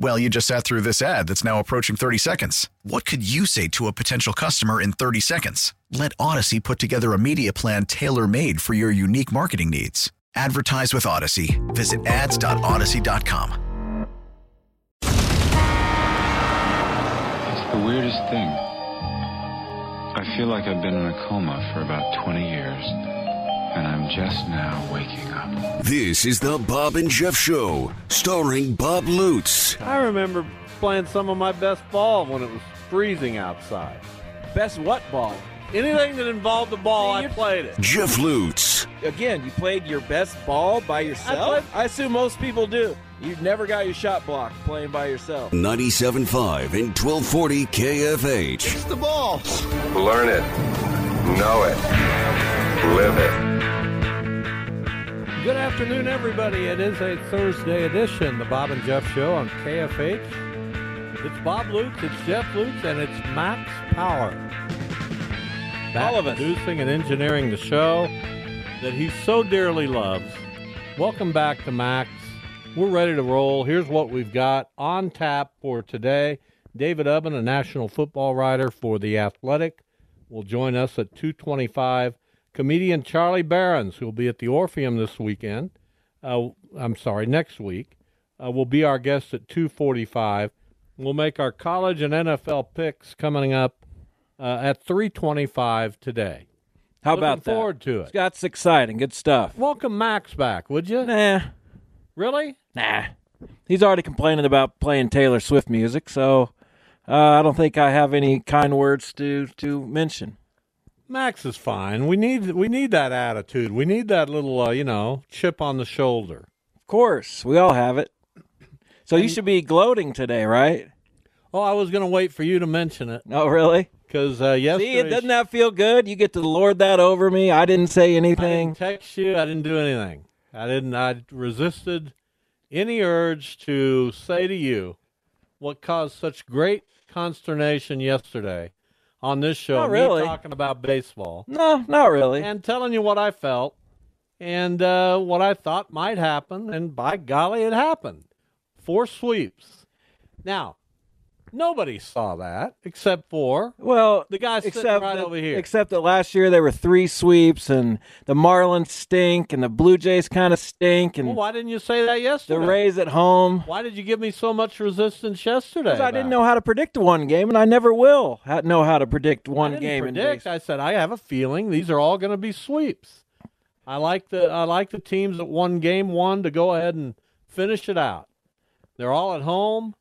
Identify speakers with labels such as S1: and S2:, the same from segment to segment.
S1: Well, you just sat through this ad that's now approaching 30 seconds. What could you say to a potential customer in 30 seconds? Let Odyssey put together a media plan tailor made for your unique marketing needs. Advertise with Odyssey. Visit ads.odyssey.com.
S2: It's the weirdest thing. I feel like I've been in a coma for about 20 years, and I'm just now waking up.
S3: This is the Bob and Jeff Show, starring Bob Lutz
S4: I remember playing some of my best ball when it was freezing outside.
S5: Best what ball?
S4: Anything that involved the ball, I played it.
S3: Jeff Lutz,
S5: Again, you played your best ball by yourself? I, assume most people do. You never got your shot blocked playing by yourself.
S3: 97.5 and 1240 KFH.
S4: The ball.
S6: Learn it. Know it. Live it.
S4: Good afternoon, everybody. It is a Thursday edition, the Bob and Jeff Show on KFH. It's Bob Lutz, it's Jeff Lutz, and it's Max Power. Back
S5: All of us.
S4: Producing and engineering the show that he so dearly loves. Welcome back to Max. We're ready to roll. Here's what we've got on tap for today. David Ubbin, a national football writer for The Athletic, will join us at 225. Comedian Charlie Barons, who will be at the Orpheum this weekend, uh, I'm sorry, next week, uh, will be our guest at 245. We'll make our college and NFL picks coming up uh, at 325 today.
S5: How
S4: Looking
S5: about that?
S4: forward to it.
S5: That's exciting. Good stuff.
S4: Welcome Max back, would you?
S5: Nah,
S4: Really?
S5: nah. He's already complaining about playing Taylor Swift music, so uh, I don't think I have any kind words to, to mention.
S4: Max is fine. We need we need that attitude. We need that little uh, you know chip on the shoulder.
S5: Of course, we all have it. So you should be gloating today, right?
S4: Oh, I was going to wait for you to mention it
S5: Oh, really?
S4: because uh, yesterday
S5: See, it doesn't that feel good? You get to lord that over me. I didn't say
S4: I didn't
S5: anything.
S4: text you. I didn't do anything. I didn't. I resisted any urge to say to you what caused such great consternation yesterday on this show.
S5: Oh,
S4: me
S5: really?
S4: talking about baseball
S5: No, not really.
S4: and telling you what I felt and uh, what I thought might happen, and by golly, it happened. Four sweeps. Now, nobody saw that except for
S5: Well,
S4: The guy's sitting
S5: except
S4: right
S5: that,
S4: over here.
S5: Except that last year there were three sweeps, and the Marlins stink, and the Blue Jays kind of stink, and
S4: well, why didn't you say that
S5: the
S4: yesterday?
S5: Rays at home.
S4: Why did you give me so much resistance yesterday?
S5: Because I
S4: about
S5: didn't
S4: it?
S5: know how to predict one game, and I never will ha- know how to predict
S4: I
S5: one
S4: didn't
S5: game. in
S4: predict.
S5: baseball.
S4: I said I have a feeling these are all going to be sweeps. I like the I like the teams that won game one to go ahead and finish it out. They're all at home.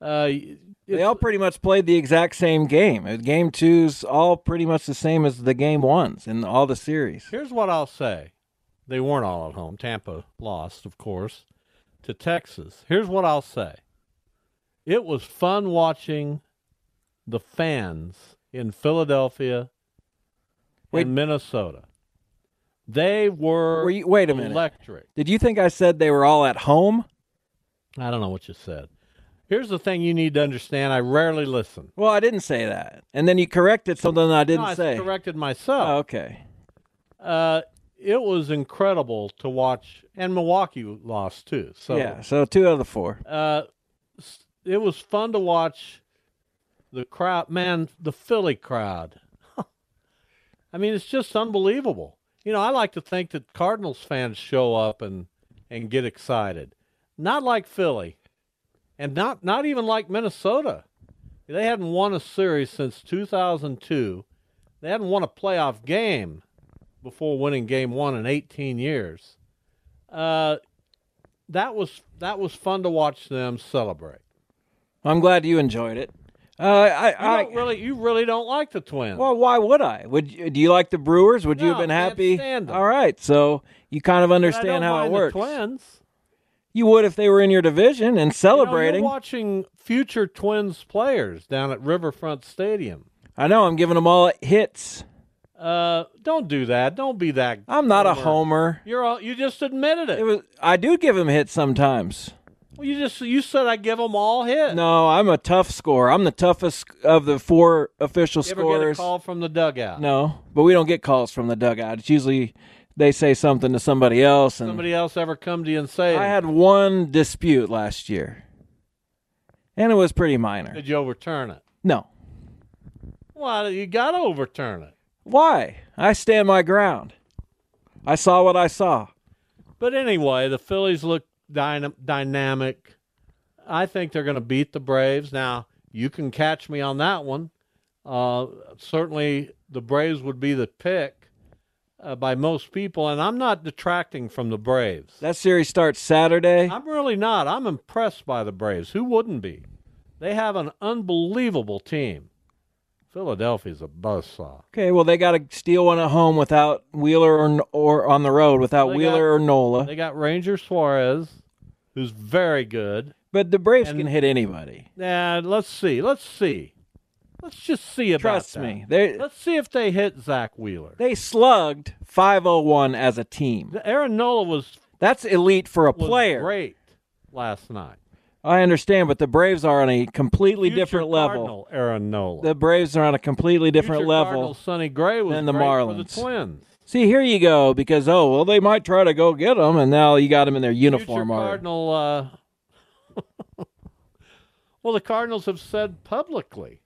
S4: Uh,
S5: they all pretty much played the exact same game. Uh, Game two's all pretty much the same as the game ones in all the series.
S4: Here's what I'll say. They weren't all at home. Tampa lost, of course, to Texas. Here's what I'll say. It was fun watching the fans in Philadelphia
S5: Wait.
S4: and Minnesota. They were
S5: Were you- wait a minute.
S4: electric.
S5: Did you think I said they were all at home?
S4: I don't know what you said. Here's the thing you need to understand. I rarely listen.
S5: Well, I didn't say that, and then you corrected something I didn't
S4: No, I
S5: say.
S4: corrected myself.
S5: Oh, okay.
S4: Uh, it was incredible to watch, and Milwaukee lost too. So
S5: yeah. So two out of the four.
S4: uh, s- it was fun to watch the crowd. Man, the Philly crowd. I mean, it's just unbelievable. You know, I like to think that Cardinals fans show up and and get excited, not like Philly, and not not even like Minnesota. They hadn't won a series since 2002. They hadn't won a playoff game before winning Game One in 18 years. Uh, that was that was fun to watch them celebrate.
S5: I'm glad you enjoyed it. Uh, I,
S4: You
S5: I
S4: don't really, you really don't like the Twins.
S5: Well, why would I? Would you, do you like the Brewers? Would you
S4: No,
S5: have been
S4: I can't
S5: happy?
S4: stand 'em.
S5: All right, so you kind of
S4: But I don't
S5: understand how it
S4: mind the
S5: works.
S4: Twins.
S5: You would if they were in your division and
S4: You know,
S5: celebrating.
S4: you're watching future Twins players down at Riverfront Stadium.
S5: I know I'm giving them all hits.
S4: Uh, don't do that. Don't be that.
S5: I'm not a
S4: homer.
S5: homer.
S4: You're all, you just admitted it.
S5: It was I do give them hits sometimes.
S4: Well, you just you said I give them all hits.
S5: No, I'm a tough scorer. I'm the toughest of the four official
S4: you ever get a
S5: scorers.
S4: call from the dugout?
S5: No, but we don't get calls from the dugout. It's usually they say something to somebody else and
S4: Somebody else ever come to you and say,
S5: I had one dispute last year. And it was pretty minor.
S4: "Did you overturn it?"
S5: No.
S4: Well, you got to overturn it.
S5: Why? I stand my ground. I saw what I saw.
S4: But anyway, the Phillies look dyna- dynamic. I think they're going to beat the Braves. Now, you can catch me on that one. Uh, certainly, the Braves would be the pick uh, by most people, and I'm not detracting from the Braves.
S5: That series starts Saturday.
S4: I'm really not. I'm impressed by the Braves. Who wouldn't be? They have an unbelievable team. Philadelphia's a buzzsaw.
S5: Okay, well they got to steal one at home without Wheeler or, or on the road without
S4: They
S5: Wheeler
S4: got-
S5: or Nola.
S4: They got Ranger Suarez, who's very good.
S5: but the Braves
S4: and-
S5: can hit anybody.
S4: Now let's see. Let's see. Let's just see about
S5: Trust
S4: that.
S5: me. They
S4: Let's see if they hit Zach Wheeler.
S5: they slugged 501 as a team.
S4: Aaron Nola was,
S5: That's elite for a
S4: was
S5: player.
S4: great last night.
S5: I understand, but the Braves are on a completely
S4: Future
S5: different level.
S4: Cardinal Aaron Nola.
S5: The Braves are on a completely different
S4: Future
S5: level.
S4: Cardinal Sonny Gray was
S5: than the
S4: great
S5: Marlins.
S4: for the Twins.
S5: See, here you go, because oh well, they might try to go get them, and now you got them in their uniform
S4: Future
S5: already.
S4: Cardinal. Uh, well, the Cardinals have said publicly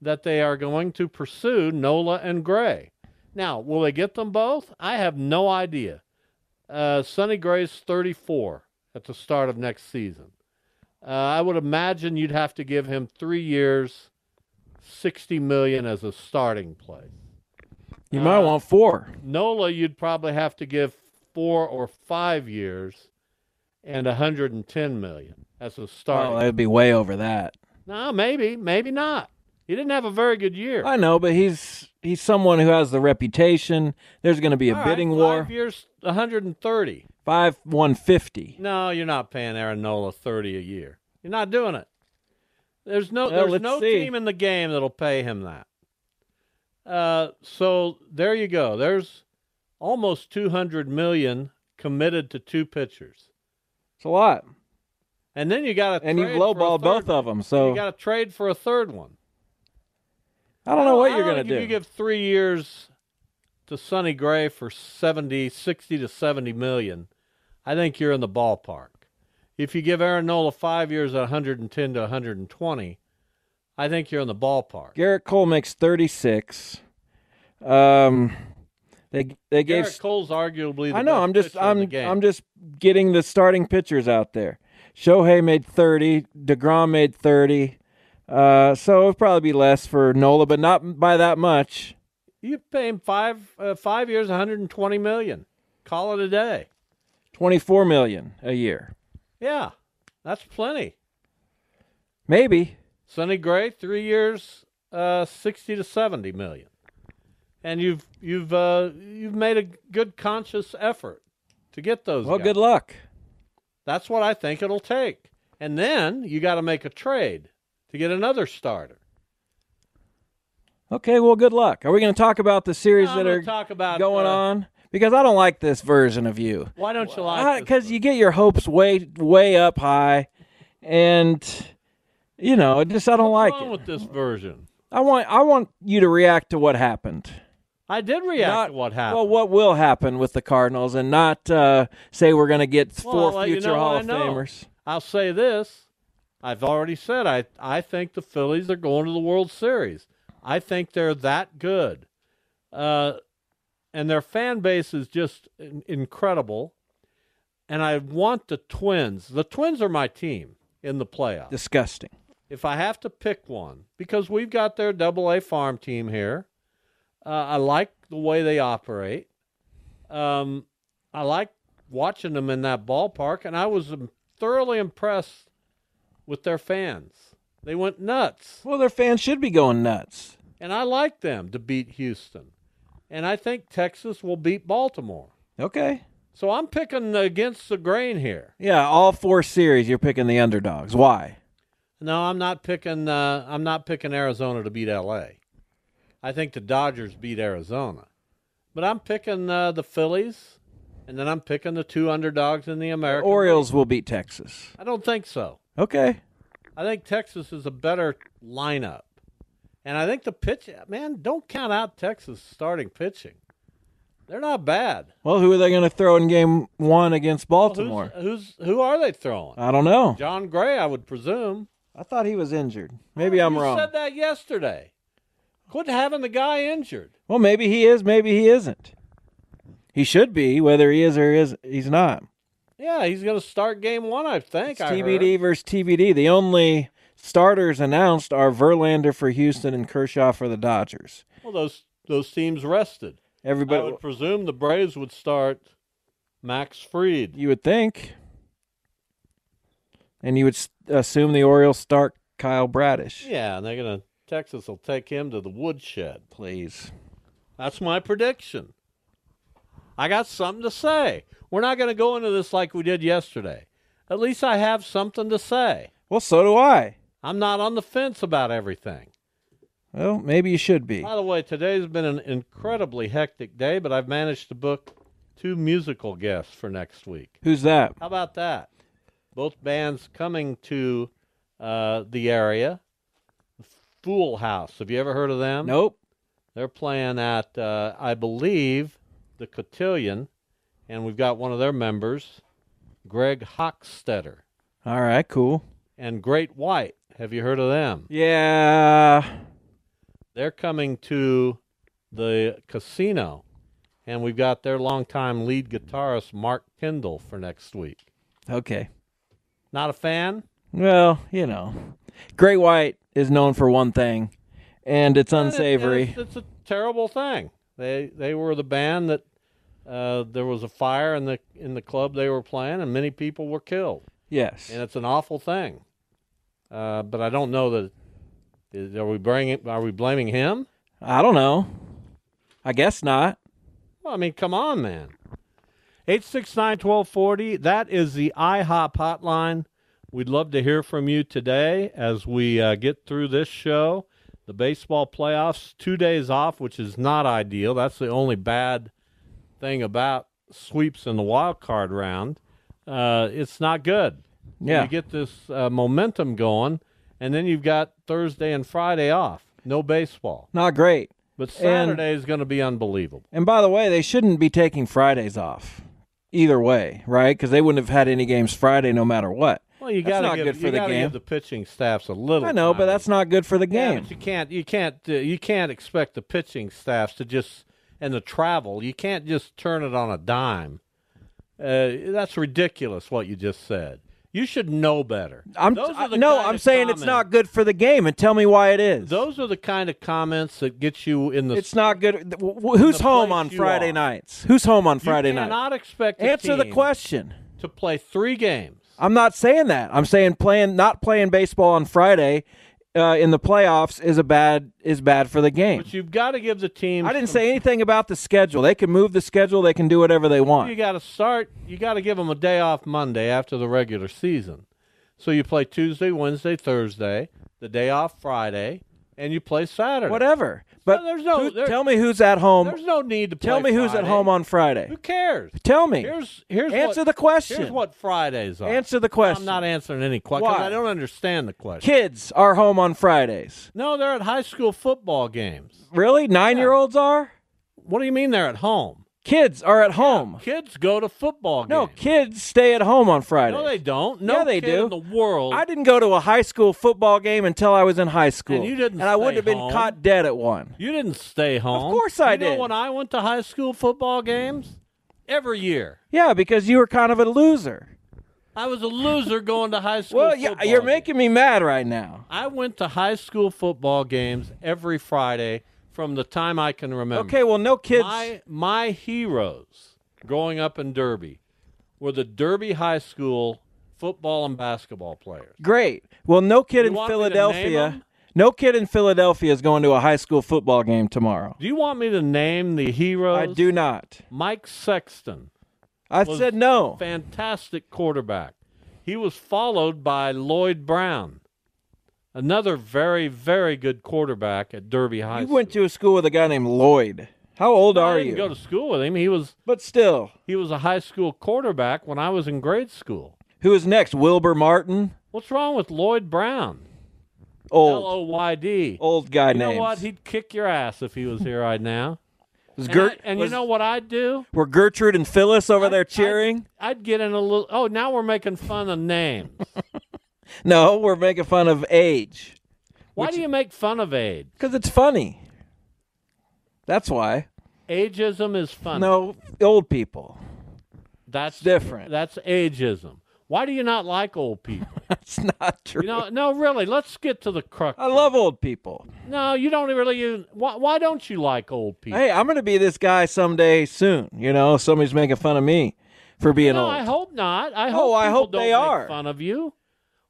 S4: that they are going to pursue Nola and Gray. Now, will they get them both? I have no idea. Uh, Sonny Gray's 34 at the start of next season. Uh, I would imagine you'd have to give him three years, 60 million as a starting place.
S5: You might
S4: Uh,
S5: want four.
S4: Nola, you'd probably have to give four or five years and 110 million as a
S5: Oh,
S4: starting.
S5: that'd be way over that.
S4: no, maybe, maybe not. He didn't have a very good year.
S5: I know, but he's he's someone who has the reputation. There's going to be a
S4: All right,
S5: bidding war.
S4: Five years, 130.
S5: Five one fifty.
S4: No, you're not paying Aaron Nola 30 a year. You're not doing it. There's no,
S5: Well,
S4: there's
S5: let's
S4: no
S5: see.
S4: team in the game that'll pay him that. Uh, so there you go. There's almost 200 million committed to two pitchers.
S5: It's a lot,
S4: And then you got to
S5: and you've lowballed both of them.
S4: You
S5: So
S4: got to trade for a third one.
S5: I don't know what you're
S4: don't
S5: going
S4: think
S5: to
S4: if
S5: do.
S4: You give three years to Sonny Gray for 70, 60 to 70 million. I think you're in the ballpark. If you give Aaron Nola five years at 110 to 120, I think you're in the ballpark.
S5: Garrett Cole makes thirty six. Um, they they gave.
S4: Garrett Cole's arguably the
S5: I know.
S4: best
S5: I'm just
S4: pitcher in
S5: I'm
S4: the game.
S5: I'm just getting the starting pitchers out there. Shohei made 30. Degrom made 30. Uh, so it'll probably be less for Nola, but not by that much.
S4: you pay him five uh, five years, 120 million. Call it a day.
S5: 24 million a year,
S4: Yeah, that's plenty.
S5: maybe.
S4: Sonny Gray, three years, uh, sixty to seventy million, and you've you've uh, you've made a good conscious effort to get those.
S5: Well,
S4: guys.
S5: good luck.
S4: That's what I think it'll take, and then you got to make a trade to get another starter.
S5: Okay, well, good luck. Are we going to talk about the series
S4: I'm
S5: that
S4: gonna
S5: are
S4: talk about,
S5: going
S4: uh,
S5: on? Because I don't like this version of you.
S4: Why don't you like? this?
S5: Because you get your hopes way, way up high, and you know, it just I don't
S4: What's
S5: like
S4: wrong
S5: it.
S4: with this version?
S5: I want, I want you to react to what happened.
S4: I did react
S5: Not-
S4: to what happened.
S5: Well, what will happen with the Cardinals, and not uh, say we're going to get
S4: Well,
S5: four
S4: I'll let you
S5: future
S4: know
S5: Hall
S4: what
S5: of
S4: I know.
S5: Famers.
S4: I'll say this. I've already said I, I think the Phillies are going to the World Series. I think they're that good. Uh, and their fan base is just in- incredible. And I want the Twins. The Twins are my team in the playoffs.
S5: Disgusting.
S4: If I have to pick one, because we've got their double A farm team here, uh, I like the way they operate. Um, I like watching them in that ballpark, and I was um, thoroughly impressed with their fans. They went nuts,
S5: Well, their fans should be going nuts.
S4: and I like them to beat Houston. And I think Texas will beat Baltimore.
S5: Okay.
S4: So I'm picking against the grain here.
S5: Yeah, all four series you're picking the underdogs. Why?
S4: No, I'm not picking. Uh, I'm not picking Arizona to beat L.A. I think the Dodgers beat Arizona, but I'm picking uh, the Phillies, and then I'm picking the two underdogs in the American.
S5: Orioles will beat Texas.
S4: I don't think so.
S5: Okay.
S4: I think Texas is a better lineup, and I think the pitch man don't count out Texas starting pitching. They're not bad.
S5: Well, who are they going to throw in game 1 against
S4: Well,
S5: Baltimore? Oh.
S4: Who's, who's who are they throwing?
S5: I don't know.
S4: John Gray, I would presume.
S5: I thought he was injured. Maybe I'm
S4: you
S5: wrong.
S4: Said that yesterday. Quit having the guy injured.
S5: Well, maybe he is, maybe he isn't. He should be whether he is or is he's not.
S4: Yeah, he's going to start game one, I think.
S5: It's
S4: I
S5: TBD
S4: heard.
S5: versus TBD. The only starters announced are Verlander for Houston and Kershaw for the Dodgers.
S4: Well, those those teams rested. I
S5: Everybody
S4: would presume the Braves would start Max Freed.
S5: You would think. And you would s- assume the Orioles start Kyle Bradish.
S4: Yeah, and they're going to Texas will take him to the woodshed.
S5: Please.
S4: That's my prediction. I got something to say. We're not going to go into this like we did yesterday. At least I have something to say.
S5: Well, so do I.
S4: I'm not on the fence about everything.
S5: Well, maybe you should be.
S4: By the way, today's been an incredibly hectic day, but I've managed to book two musical guests for next week.
S5: Who's that?
S4: How about that? Both bands coming to uh, the area. Fool House. Have you ever heard of them?
S5: Nope.
S4: They're playing at, uh, I believe, the Cotillion, and we've got one of their members, Greg Hochstetter,
S5: All right, cool.
S4: and Great White. Have you heard of them?
S5: Yeah.
S4: they're coming to the casino, and we've got their longtime lead guitarist Mark Kendall for next week.
S5: Okay.
S4: Not a fan?
S5: Well, you know, Great White is known for one thing, and
S4: It's,
S5: it's unsavory.
S4: it's a terrible thing. They they were the band that uh, there was a fire in the in the club they were playing, and many people were killed,
S5: Yes.
S4: and it's an awful thing. Uh, but I don't know that. Is, are we bringing? Are we blaming him?
S5: I don't know. I guess not.
S4: Well, I mean, come on, man. 869 1240, that is the IHOP hotline. We'd love to hear from you today as we uh, get through this show. The baseball playoffs, two days off, which is not ideal. That's the only bad thing about sweeps in the wild card round. Uh, it's not good.
S5: Yeah.
S4: You get this uh, momentum going, and then you've got Thursday and Friday off. No baseball.
S5: Not great.
S4: But Saturday is going to be unbelievable.
S5: And by the way, they shouldn't be taking Fridays off either way, right? Because they wouldn't have had any games Friday no matter what.
S4: Well, you
S5: That's
S4: got to
S5: not
S4: give,
S5: good for
S4: you
S5: the
S4: gotta
S5: game.
S4: give the pitching staffs a little.
S5: I know,
S4: time.
S5: but that's not good for the
S4: Yeah,
S5: game.
S4: but you can't you can't uh, you can't expect the pitching staffs to just and the travel. You can't just turn it on a dime. Uh, that's ridiculous what you just said. You should know better.
S5: I'm
S4: Those are
S5: I-
S4: the
S5: no,
S4: kind
S5: I'm
S4: of
S5: saying it's
S4: comments-
S5: not good for the game, and tell me why it is.
S4: Those are the kind of comments that get you in the.
S5: it's not good. wh- wh- Who's
S4: the
S5: home
S4: place
S5: on
S4: you
S5: Friday
S4: are.
S5: nights? Who's home on Friday
S4: you
S5: night?
S4: Cannot expect a
S5: Answer the
S4: team
S5: question.
S4: to play three games.
S5: I'm not saying that. I'm saying playing not playing baseball on Friday uh, in the playoffs is a bad is bad for the game.
S4: But you've got to give the team.
S5: I didn't say anything about the schedule. They can move the schedule. They can do whatever they
S4: You
S5: want.
S4: got to start. You got to give them a day off Monday after the regular season. So you play Tuesday, Wednesday, Thursday, the day off Friday, and you play Saturday.
S5: Whatever. But
S4: there's no-
S5: who-
S4: there-
S5: tell me who's at home.
S4: There's no need to
S5: Tell me
S4: play
S5: who's at
S4: Friday.
S5: home on Friday.
S4: Who cares?
S5: Tell me.
S4: Here's here's
S5: Answer
S4: what,
S5: the question.
S4: Here's what Fridays are.
S5: Answer the question.
S4: I'm not answering any questions.
S5: Why?
S4: I don't understand the question.
S5: Kids are home on Fridays.
S4: No, they're at high school football games.
S5: Really? Nine year olds are?
S4: What do you mean they're at home?
S5: Kids are at home.
S4: Kids go to football
S5: No,
S4: games.
S5: kids stay at home on Fridays.
S4: no, they don't. No
S5: Yeah, they
S4: kid
S5: do.
S4: in the world.
S5: I didn't go to a high school football game until I was in high school.
S4: And you didn't
S5: And I wouldn't
S4: stay
S5: have been
S4: home.
S5: caught dead at one.
S4: You didn't stay home.
S5: course I
S4: you
S5: did.
S4: Know when I went to high school football games, every year
S5: Yeah, because you were kind of a loser.
S4: I was a loser going to high school.
S5: Well, yeah,
S4: football
S5: you're
S4: games.
S5: making me mad right now.
S4: I went to high school football games every Friday from the time I can remember.
S5: Okay, well, no kids.
S4: My my heroes growing up in Derby were the Derby High School football and basketball players.
S5: Great. Well, no kid
S4: You
S5: in
S4: want me to name
S5: Philadelphia.
S4: 'em?
S5: No kid in Philadelphia is going to a high school football game tomorrow.
S4: Do you want me to name the heroes?
S5: I do not.
S4: Mike Sexton,
S5: I
S4: was
S5: said no.
S4: fantastic quarterback. He was followed by Lloyd Brown, another very very good quarterback at Derby High.
S5: You
S4: School.
S5: went to a school with a guy named Lloyd. How old
S4: I
S5: are
S4: didn't
S5: you?
S4: Go to school with him. He was
S5: but still,
S4: he was a high school quarterback when I was in grade school.
S5: who is next? Wilbur Martin,
S4: What's wrong with Lloyd Brown? L
S5: old
S4: O Y D.
S5: old guy
S4: You know
S5: names.
S4: what? He'd kick your ass if he was here right now.
S5: Was
S4: And,
S5: Gert-
S4: I- and
S5: was-
S4: you know what I'd do?
S5: were Gertrude and Phyllis over there cheering?
S4: I'd, get in a little. Oh, now we're making fun of names.
S5: no, we're making fun of age
S4: Why do you make fun of age?
S5: because it's funny. That's why.
S4: Ageism is funny.
S5: No, old people.
S4: that's
S5: different.
S4: That's ageism. Why do you not like old people?
S5: That's not true.
S4: You know, no, really. Let's get to the crux.
S5: I love old people.
S4: No, you don't really. Even, why, why don't you like old people?
S5: Hey, I'm going to be this guy someday soon. You know, somebody's making fun of me for being
S4: no,
S5: old.
S4: I hope not. I
S5: Oh,
S4: hope.
S5: I
S4: people
S5: hope
S4: don't
S5: they
S4: make
S5: are.
S4: fun of you.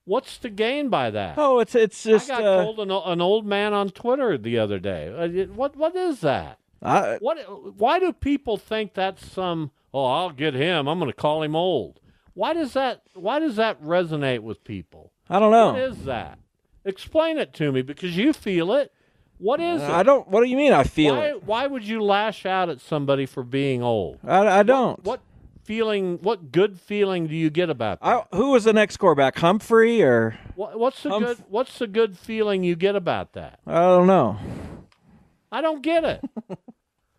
S4: What's to gain by that?
S5: oh, it's it's just
S4: I got
S5: uh,
S4: told an, o- an old man on Twitter the other day. Uh, it- What what is that?
S5: I,
S4: What? Why do people think that's some? Oh, I'll get him. I'm going to call him old. Why does that? Why does that resonate with people?
S5: I don't
S4: What
S5: know.
S4: is that? Explain it to me because you feel it. What is
S5: I
S4: it?
S5: don't. What do you mean? I feel
S4: why,
S5: it.
S4: why would you lash out at somebody for being old?
S5: I, I don't.
S4: What feeling? What good feeling do you get about that?
S5: I, who was the next quarterback? Humphrey or
S4: What, what's the
S5: I'm
S4: good?
S5: f-
S4: What's the good feeling you get about that?
S5: I don't know.
S4: I don't get it.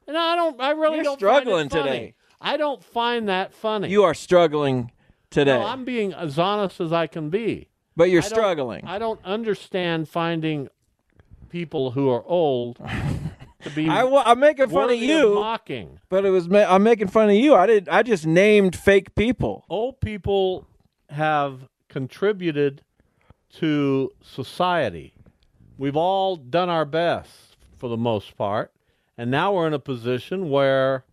S4: and I don't. I really
S5: You're
S4: don't. find it
S5: struggling
S4: funny.
S5: today.
S4: I don't find that funny.
S5: You are struggling today,
S4: No, I'm being as honest as I can be.
S5: but you're
S4: I don't-
S5: struggling.
S4: I don't understand finding people who are old to be
S5: I, wa- I'm making fun of
S4: worthy
S5: you,
S4: mocking.
S5: but it was ma- I'm making fun of you. I did. I just named fake people.
S4: Old people have contributed to society. We've all done our best for the most part, and now we're in a position where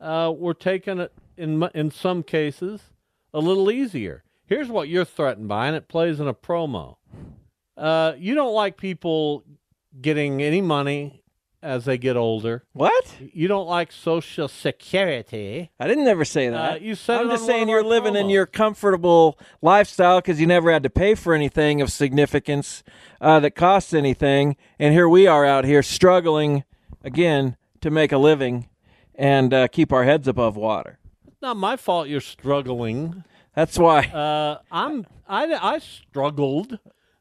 S4: uh, we're taking it in m- in some cases a little easier. Here's what you're threatened by, and it plays in a promo. Uh, you don't like people getting any money as they get older.
S5: What?
S4: You don't like Social Security.
S5: I didn't never say that.
S4: Uh, you said
S5: I'm
S4: it
S5: just
S4: on one
S5: saying
S4: of
S5: you're
S4: our
S5: living in
S4: promos.
S5: your comfortable lifestyle because you never had to pay for anything of significance uh, that costs anything, and here we are out here struggling again to make a living and uh, keep our heads above water.
S4: not my fault you're struggling.
S5: That's why.
S4: Uh, I'm I, I struggled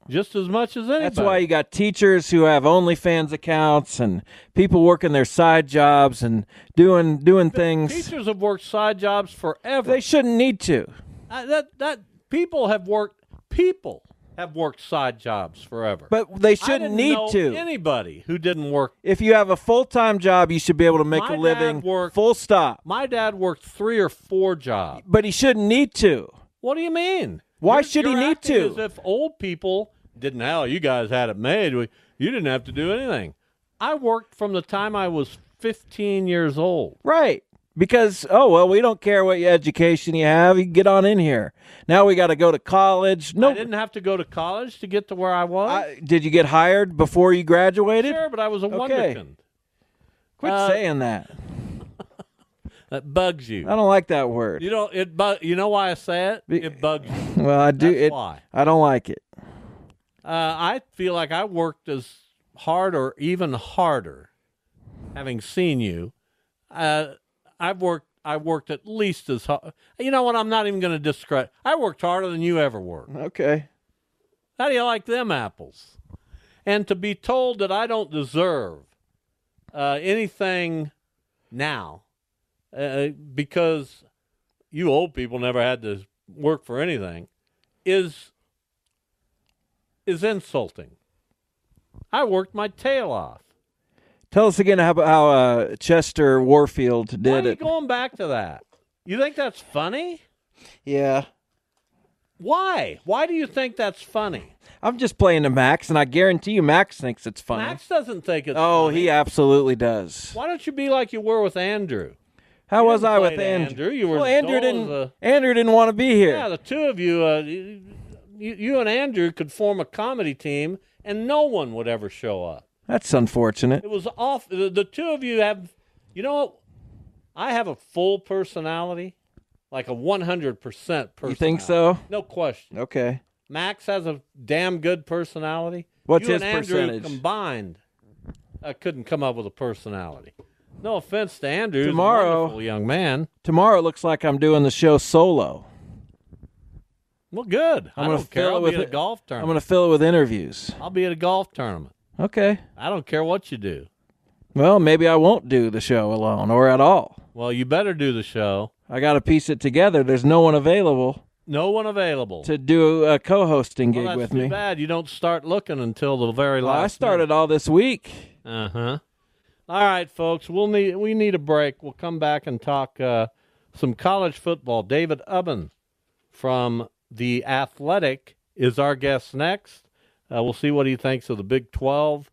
S4: just as much as anybody.
S5: That's why you got teachers who have OnlyFans accounts and people working their side jobs and doing doing things
S4: teachers have worked side jobs forever.
S5: they shouldn't need to.
S4: I- that that people have worked people have worked side jobs forever.
S5: But they
S4: I didn't
S5: shouldn't need
S4: know
S5: to.
S4: Anybody who didn't work.
S5: if you have a full time job, you should be able to make
S4: My
S5: a
S4: dad
S5: living.
S4: worked-
S5: Full stop.
S4: My dad worked three or four jobs.
S5: But he shouldn't need to.
S4: What do you mean?
S5: Why
S4: You're-
S5: should he
S4: you're
S5: need
S4: acting
S5: to?
S4: As if old people didn't. Hell, you guys had it made. We, you didn't have to do anything. I worked from the time I was 15 years old.
S5: Right. Because oh well, we don't care what education you have. You can get on in here. Now we got to go to college. No,
S4: I didn't have to go to college to get to where I was.
S5: I- did you get hired before you graduated?
S4: sure, but I was a
S5: Okay.
S4: Wonderkind.
S5: Quit
S4: Uh,
S5: saying that.
S4: That bugs you.
S5: I don't like that word.
S4: You know it. Bu- you know why I say it?
S5: Oh. Be-
S4: It bugs you.
S5: Well, I do.
S4: That's
S5: it,
S4: why.
S5: I don't like it.
S4: Uh, I feel like I worked as hard or even harder, having seen you. Uh, I've worked. I worked at least as hard. You know what? I'm not even going to discredit. I worked harder than you ever worked.
S5: Okay.
S4: How do you like them apples? And to be told that I don't deserve uh, anything now uh, because you old people never had to work for anything is is insulting. I worked my tail off.
S5: Tell us again how how uh, Chester Warfield did
S4: Why are you
S5: it.
S4: going back to that? You think that's funny?
S5: Yeah.
S4: Why? Why do you think that's funny?
S5: I'm just playing to Max, and I guarantee you, Max thinks it's funny.
S4: Max doesn't think it's
S5: oh,
S4: funny.
S5: he absolutely does.
S4: Why don't you be like you were with Andrew?
S5: How was I
S4: play
S5: with
S4: to
S5: Andrew?
S4: Andrew. You were
S5: well, Andrew
S4: dull
S5: didn't.
S4: as
S5: Andrew didn't want to be here.
S4: Yeah, the two of you, uh, you, you and Andrew could form a comedy team, and no one would ever show up.
S5: That's unfortunate.
S4: It was off. The, the two of you have, you know what? I have a full personality, like a 100% personality.
S5: You think so?
S4: No question.
S5: Okay.
S4: Max has a damn good personality.
S5: What's
S4: you
S5: his
S4: and Andrew
S5: percentage?
S4: combined? I couldn't come up with a personality. No offense to Andrew, he's a
S5: Tomorrow-
S4: wonderful young man.
S5: Tomorrow it looks like I'm doing the show solo.
S4: Well, good.
S5: I'm
S4: I
S5: gonna
S4: don't care.
S5: fill it
S4: I'll
S5: with
S4: be at a
S5: it-
S4: golf
S5: I'm
S4: tournament.
S5: going to fill it with interviews.
S4: I'll be at a golf tournament.
S5: Okay.
S4: I don't care what you do.
S5: Well, maybe I won't do the show alone or at all.
S4: Well, you better do the show.
S5: I got to piece it together. There's no one available
S4: No one available.
S5: to do a co-hosting
S4: well,
S5: gig
S4: that's
S5: with
S4: too
S5: me.
S4: bad. You don't start looking until the very
S5: Well,
S4: last.
S5: I started all this week.
S4: Uh huh. All right, folks. We'll need we need a break. We'll come back and talk uh, some college football. David Ubbin from the Athletic is our guest next. Uh, we'll see what he thinks of the Big Twelve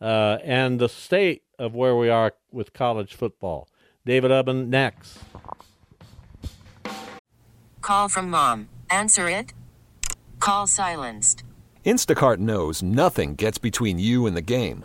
S4: uh, and the state of where we are with college football. David Ubbin next.
S7: Call from mom. Answer it. Call silenced.
S8: Instacart knows nothing gets between you and the game.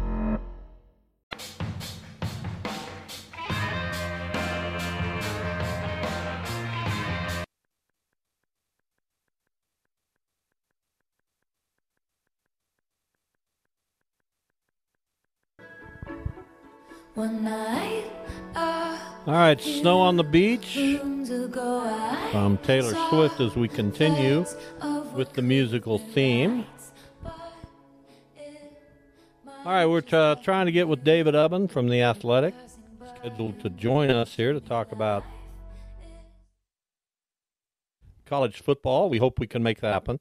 S9: One night, uh,
S4: All right, snow on the beach
S9: rooms ago, I
S4: from Taylor Swift as we continue with
S9: with
S4: the musical theme. All right, we're uh, trying to get with David Ubbin from The Athletic, scheduled to join us here to talk about college football. We hope we can make that happen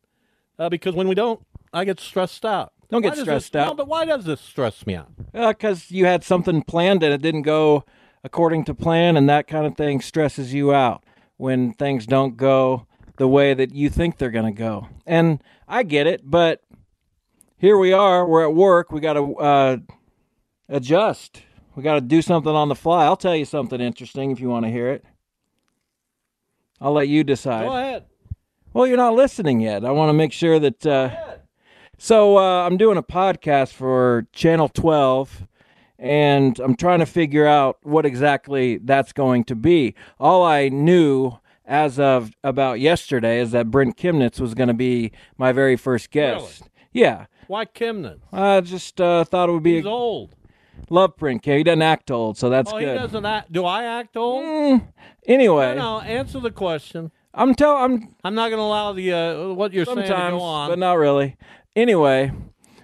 S4: uh, because when we don't, I get stressed out.
S5: Don't get
S4: does
S5: stressed
S4: this-
S5: out.
S4: No, but why does this stress me out?
S5: Because Uh, you had something planned and it didn't go according to plan, and that kind of thing stresses you out when things don't go the way that you think they're going to go. And I get it, but here we are. We're at work. We got to uh, adjust. We got to do something on the fly. I'll tell you something interesting if you want to hear it. I'll let you decide.
S4: Go ahead.
S5: Well, you're not listening yet. I want to make sure that. Uh, so uh, I'm doing a podcast for Channel 12, and I'm trying to figure out what exactly that's going to be. All I knew as of about yesterday is that Brent Kimnitz was going to be my very first guest. Yeah,
S4: Why Kimnan?
S5: I just uh, thought it would be.
S4: He's old.
S5: Love Brent Kim. He doesn't act old, so that's
S4: oh, he
S5: good.
S4: doesn't act. Do I act old?
S5: Anyway,
S4: No, no, answer the question.
S5: I'm telling. I'm
S4: I'm not going to allow the uh, what you're saying to
S5: sometimes,
S4: go on.
S5: but not really. Anyway,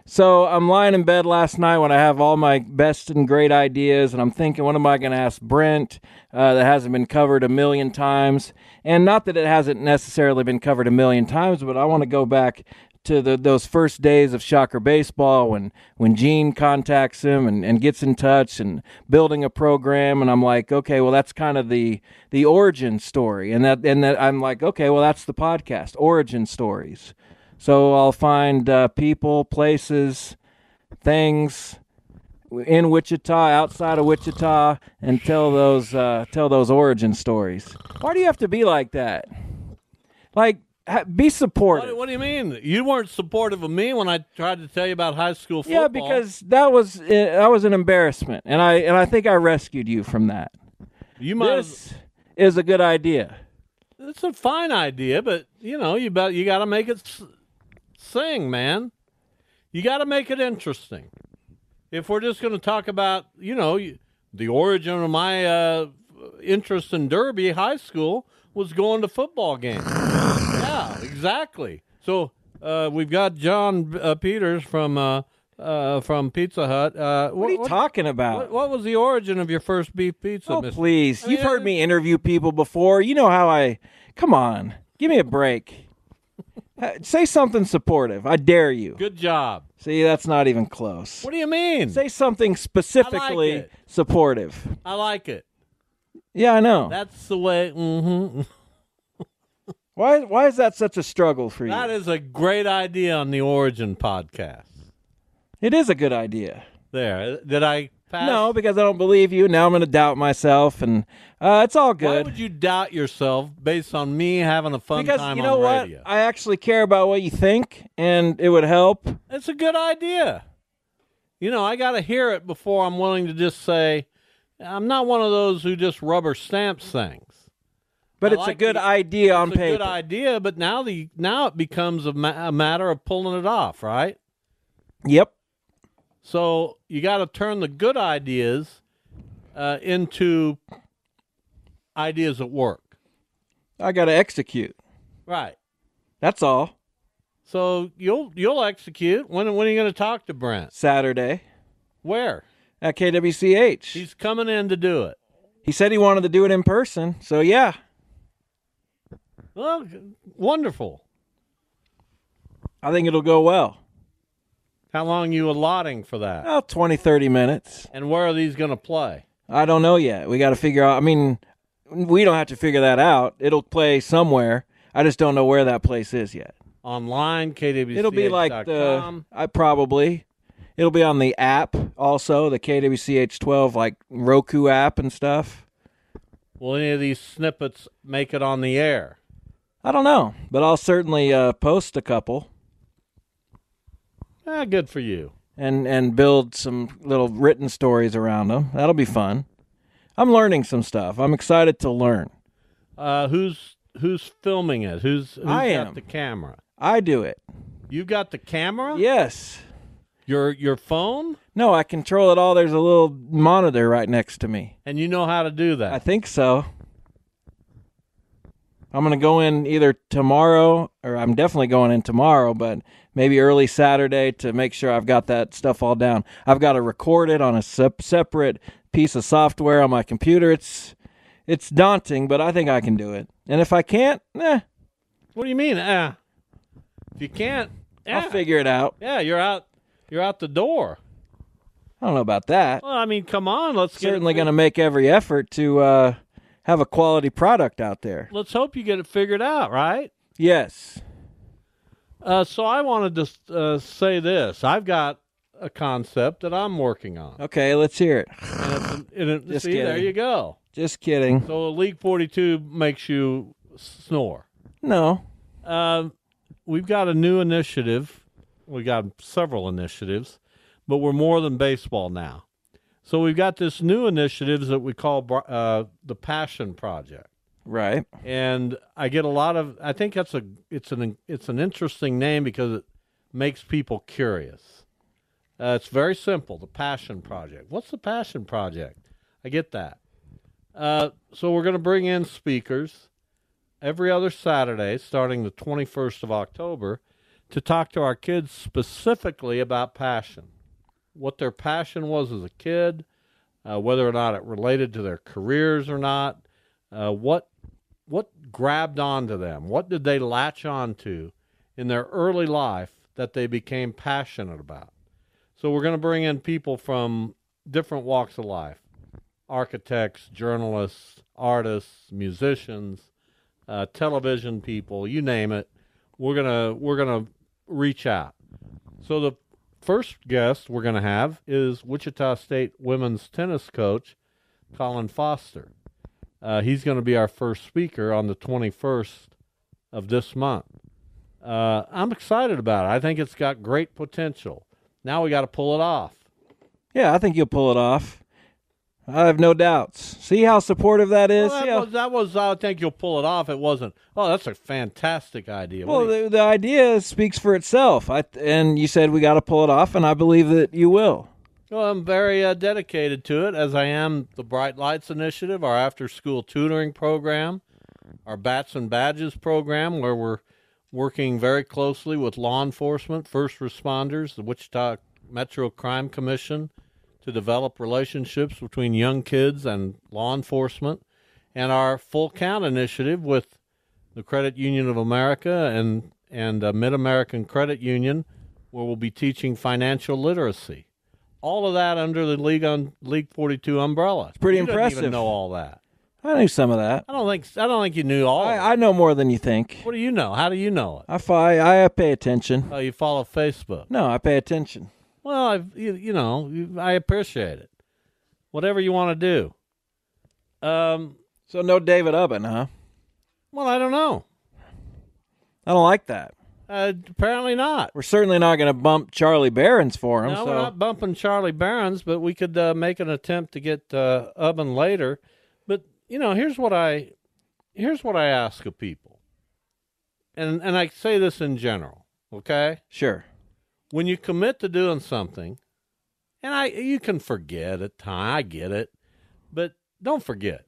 S5: so I'm lying in bed last night when I have all my best and great ideas, and I'm thinking, what am I going to ask Brent uh, that hasn't been covered a million times? And not that it hasn't necessarily been covered a million times, but I want to go back to the, those first days of Shocker Baseball when when Gene contacts him and, and gets in touch and building a program and I'm like, okay, well that's kind of the the origin story and that and that I'm like, okay, well that's the podcast origin stories. So I'll find uh, people, places, things in Wichita, outside of Wichita, and tell those uh, tell those origin stories. Why do you have to be like that? Like ha- be supportive.
S4: What, what do you mean? You weren't supportive of me when I tried to tell you about high school football.
S5: Yeah, because that was uh, that was an embarrassment, and I and I think I rescued you from that.
S4: you might.
S5: This is a good idea.
S4: it's a fine idea, but you know you bet you got to make it s- sing, man. You got to make it interesting. If we're just going to talk about you know you- the origin of my uh, interest in Derby High School was going to football games. yeah, exactly. So uh, we've got John uh, Peters from uh, uh, from Pizza Hut. Uh,
S5: What are you talking about?
S4: What, what was the origin of your first beef pizza?
S5: oh,
S4: Mr.
S5: please!
S4: I mean,
S5: You've heard me interview people before. You know how I. Come on, give me a break. Uh, Say something supportive. I dare you.
S4: Good job.
S5: See, that's not even close.
S4: What do you mean?
S5: Say something specifically
S4: it.
S5: supportive.
S4: I like it.
S5: Yeah, I know.
S4: That's the way. hmm
S5: why? Why is that such a struggle for you?
S4: That is a great idea on the Origin podcast.
S5: it is a good idea.
S4: There, did I pass?
S5: No, because I don't believe you. Now I'm going to doubt myself, and uh, it's all
S4: Why
S5: good.
S4: would you doubt yourself based on me having a fun
S5: because
S4: time
S5: you know
S4: on
S5: what?
S4: radio?
S5: I actually care about what you think, and it would help.
S4: It's a good idea. You know, I got to hear it before I'm willing to just say, I'm not one of those who just rubber stamps things.
S5: But
S4: I
S5: it's
S4: like
S5: a good
S4: the-
S5: idea on
S4: it's a
S5: paper.
S4: good idea, but now the now it becomes a, ma- a matter of pulling it off, right?
S5: Yep.
S4: So you got to turn the good ideas uh, into ideas at work.
S5: I got to execute.
S4: Right.
S5: That's all.
S4: So you'll you'll execute. When when are you going to talk to Brent?
S5: Saturday
S4: Where?
S5: at KWCH.
S4: He's coming in to do it.
S5: he said he wanted to do it in person. So yeah,
S4: Well, g- wonderful.
S5: I think it'll go well.
S4: How long you allotting for that?
S5: About 20, 30 minutes.
S4: And where are these going to play?
S5: I don't know yet. We got to figure out. I mean, we don't have to figure that out. It'll play somewhere. I just don't know where that place is yet.
S4: Online, KWC.
S5: It'll be like the I probably it'll be on the app also the KWCH12 like Roku app and stuff.
S4: Will any of these snippets make it on the air?
S5: I don't know, but I'll certainly uh, post a couple
S4: Ah, good for you.
S5: and and build some little written stories around them. That'll be fun. I'm learning some stuff. I'm excited to learn.
S4: Uh, who's who's filming it? Who's who's
S5: I
S4: got
S5: am.
S4: the camera?
S5: I do it.
S4: You got the camera?
S5: Yes.
S4: Your your phone?
S5: No, I control it all. There's a little monitor right next to me.
S4: And you know how to do that.
S5: I think so. I'm going to go in either tomorrow, or I'm definitely going in tomorrow, but maybe early Saturday to make sure I've got that stuff all down. I've got to record it on a sep- separate piece of software on my computer. It's it's daunting, but I think I can do it. And if I can't, eh,
S4: what do you mean? Ah. If you can't ah.
S5: I'll figure it out.
S4: Yeah, you're out you're out the door.
S5: I don't know about that.
S4: Well, I mean, come on, let's get it
S5: Certainly
S4: fi-
S5: going to make every effort to uh, have a quality product out there.
S4: let's hope you get it figured out, right?
S5: Yes.
S4: Uh, so I wanted to uh, say this. I've got a concept that I'm working on.
S5: Okay, let's hear it.
S4: And it's- and it-
S5: Just
S4: see, there
S5: kidding.
S4: you go.
S5: Just kidding.
S4: So League 42 makes you snore.
S5: No.
S4: Um, we've got a new initiative. We got several initiatives, but we're more than baseball now. So we've got this new initiative that we call Br- uh, the Passion Project,
S5: Right.
S4: and I get a lot of. I think that's a it's an it's an interesting name because it makes people curious. Uh, it's very simple. The Passion Project. What's the Passion Project? I get that. Uh, so we're going to bring in speakers every other Saturday, starting the 21st of October, to talk to our kids specifically about passion, what their passion was as a kid, uh, whether or not it related to their careers or not, uh, what what grabbed onto them, what did they latch onto in their early life that they became passionate about. So we're going to bring in people from different walks of life architects, journalists, artists, musicians, uh, television people, you name it. We're gonna we're gonna reach out. So the first guest we're gonna have is Wichita State women's tennis coach Colin Foster. Uh, he's going to be our first speaker on the 21st of this month. Uh, I'm excited about it. I think it's got great potential. Now we got to pull it off.
S5: Yeah, I think you'll pull it off. I have no doubts. See how supportive that is.
S4: Well, that,
S5: See how-
S4: was, that was, I think you'll pull it off. It wasn't, oh, that's a fantastic idea. What
S5: well,
S4: do you-
S5: the, the idea speaks for itself. I and you said we got to pull it off, and I believe that you will.
S4: well, I'm very uh, dedicated to it, as I am the Bright Lights Initiative, our after school tutoring program, our Bats and Badges program, where we're working very closely with law enforcement, first responders, the Wichita Metro Crime Commission to develop relationships between young kids and law enforcement, and our Full Count Initiative with the Credit Union of America and and uh, Mid American Credit Union, where we'll be teaching financial literacy. All of that under the League on League Forty Two umbrella. It's
S5: pretty
S4: you didn't
S5: impressive.
S4: even know all that.
S5: I knew some of that.
S4: I don't think I don't think you knew all. of
S5: I, I know more than you think.
S4: it. What do you know? How do you know it?
S5: I fi- I pay attention.
S4: Oh, you follow Facebook.
S5: No, I pay attention.
S4: Well, I've, you, you know, you- I appreciate it. Whatever you want to do. Um.
S5: So no David Ubbin, huh?
S4: Well, I don't know.
S5: I don't like that.
S4: Uh, apparently not.
S5: We're certainly not going to bump Charlie Barron's for him.
S4: no,
S5: so
S4: we're not bumping Charlie Barron's, but we could uh, make an attempt to get uh, Ubbin later. But you know, here's what I here's what I ask of people, and and I say this in general. Okay,
S5: sure.
S4: when you commit to doing something, and I you can forget at time, I get it, but don't forget.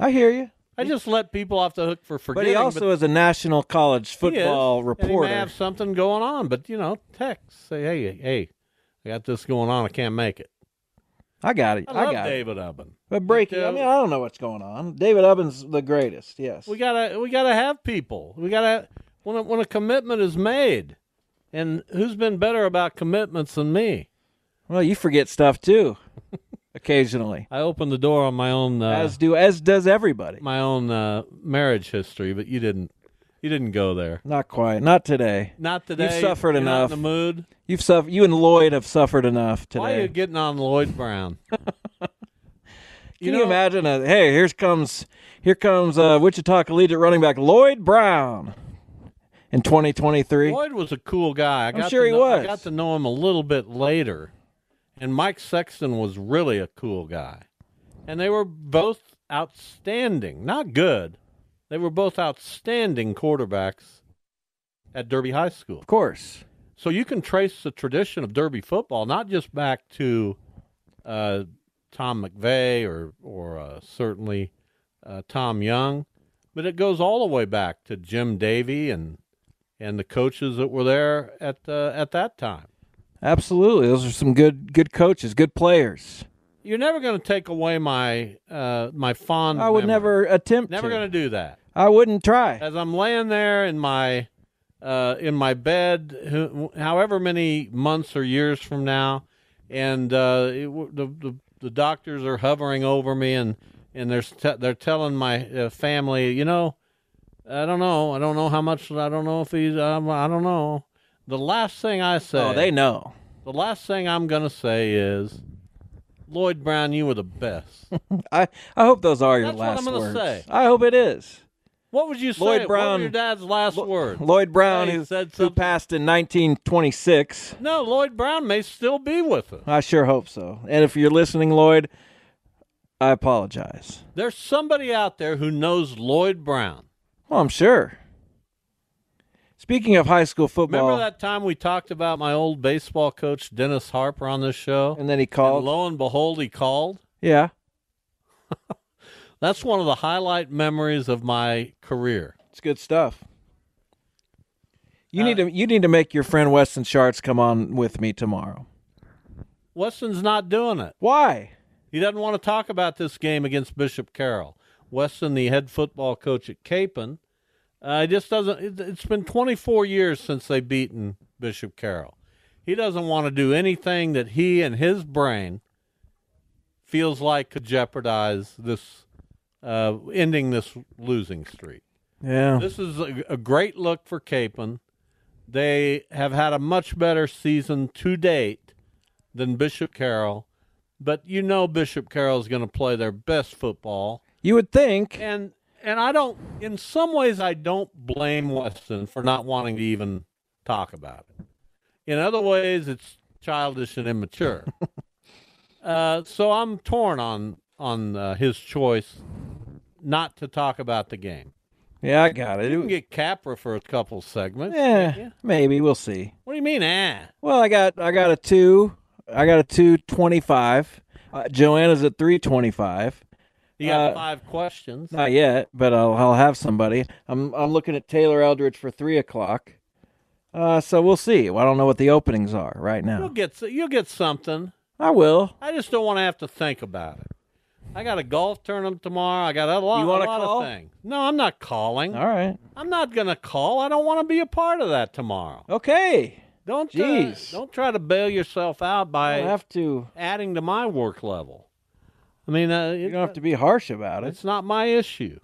S5: I hear you.
S4: I just let people off the hook for
S5: But
S4: forgetting.
S5: he also is a national college
S4: he is,
S5: football
S4: and he may
S5: reporter.
S4: have something going on, but you know, text say, hey, hey, I got this going on. I can't make it.
S5: I got it.
S4: I,
S5: I,
S4: love
S5: got it.
S4: David Ubbin.
S5: But breaking,
S4: But, uh,
S5: I mean, I don't know what's going on. David Ubbin's the greatest. Yes.
S4: We gotta we gotta have people. We gotta when a, when a commitment is made, and who's been better about commitments than me?
S5: well, you forget stuff too, occasionally.
S4: I opened the door on my own uh,
S5: as do as does everybody.
S4: my own uh, marriage history, but you didn't you didn't go there.
S5: Not quite. Not today.
S4: Not today.
S5: suffered
S4: You're not
S5: enough.
S4: in the mood.
S5: You've suffered. You and Lloyd have suffered enough today.
S4: Why are you getting on Lloyd Brown?
S5: Can
S4: you
S5: you,
S4: know-
S5: imagine? A, hey, here's comes here comes uh, Wichita collegiate running back Lloyd Brown in 2023.
S4: Lloyd was a cool guy. I got
S5: sure
S4: to
S5: he
S4: know, I
S5: was.
S4: got to know him a little bit later, and Mike Sexton was really a cool guy, and they were both outstanding. Not good. They were both outstanding quarterbacks at Derby High School.
S5: Of course.
S4: So you can trace the tradition of Derby football not just back to uh, Tom McVeigh or or uh, certainly uh, Tom Young, but it goes all the way back to Jim Davey and and the coaches that were there at uh, at that time.
S5: Absolutely. Those are some good good coaches, good players.
S4: You're never going to take away my uh, my fond.
S5: I would
S4: memory.
S5: never attempt
S4: never
S5: to.
S4: going to do that.
S5: I wouldn't try.
S4: as I'm laying there in my uh, in my bed, wh- however many months or years from now, and uh, it, w- the, the the doctors are hovering over me, and and they're st- they're telling my uh, family, you know, I don't know, I don't know how much, I don't know if he's, um, I don't know. The last thing I say,
S5: Oh, they know.
S4: the last thing I'm gonna say is, Lloyd Brown, you were the best.
S5: I, I hope those are your
S4: That's what
S5: last
S4: I'm gonna
S5: words.
S4: say.
S5: I hope it is.
S4: what would you say?
S5: Lloyd
S4: What were
S5: Brown-
S4: your dad's last word.
S5: Lloyd Brown,
S4: Hey,
S5: who,
S4: said
S5: who
S4: something.
S5: passed in 1926.
S4: No, Lloyd Brown may still be with us.
S5: I sure hope so. And if you're listening, Lloyd, I apologize.
S4: There's somebody out there who knows Lloyd Brown.
S5: Well, I'm sure. Speaking of high school football,
S4: Remember that time we talked about my old baseball coach Dennis Harper on this show?
S5: and then he
S4: And
S5: called.
S4: lo and behold, he called.
S5: yeah,
S4: That's one of the highlight memories of my career.
S5: it's good stuff. You
S4: Uh,
S5: need to you need to make your friend Weston Sharts come on with me tomorrow.
S4: Weston's not doing it.
S5: Why?
S4: He doesn't want to talk about this game against Bishop Carroll. Weston, the head football coach at Capon, uh, he just doesn't. it- It's been 24 years since they've beaten Bishop Carroll. He doesn't want to do anything that he and his brain feels like could jeopardize this uh, ending this losing streak.
S5: Yeah,
S4: This is a, a great look for Capon. They have had a much better season to date than Bishop Carroll, but you know Bishop Carroll is going to play their best football,
S5: you would think.
S4: and and I don't. In some ways, I don't blame Weston for not wanting to even talk about it. In other ways, it's childish and immature. uh, so I'm torn on on uh, his choice not to talk about the game.
S5: Yeah, I got it.
S4: You can get Capra for a couple segments.
S5: Yeah,
S4: can't you?
S5: maybe we'll see.
S4: What do you mean? Ah,
S5: Well, I got I got a two. I got a two twenty five. Uh, Joanna's at three twenty five.
S4: you got
S5: Uh,
S4: five questions.
S5: Not yet, but I'll I'll have somebody. I'm I'm looking at Taylor Eldridge for three o'clock. Uh, so we'll see. I don't know what the openings are right
S4: You'll
S5: now.
S4: get s- you'll get something.
S5: I will.
S4: I just don't want to have to think about it. I got a golf tournament tomorrow. I got a lot,
S5: You
S4: a
S5: wanna
S4: lot
S5: call?
S4: of things. No, I'm not calling.
S5: All right.
S4: I'm not going to call. I don't want to be a part of that tomorrow.
S5: Okay.
S4: Don't uh,
S5: Jeez.
S4: don't try to bail yourself out
S5: I
S4: by
S5: don't have to.
S4: adding to my work level. I mean, uh,
S5: You don't have to be harsh about it.
S4: It's not my issue.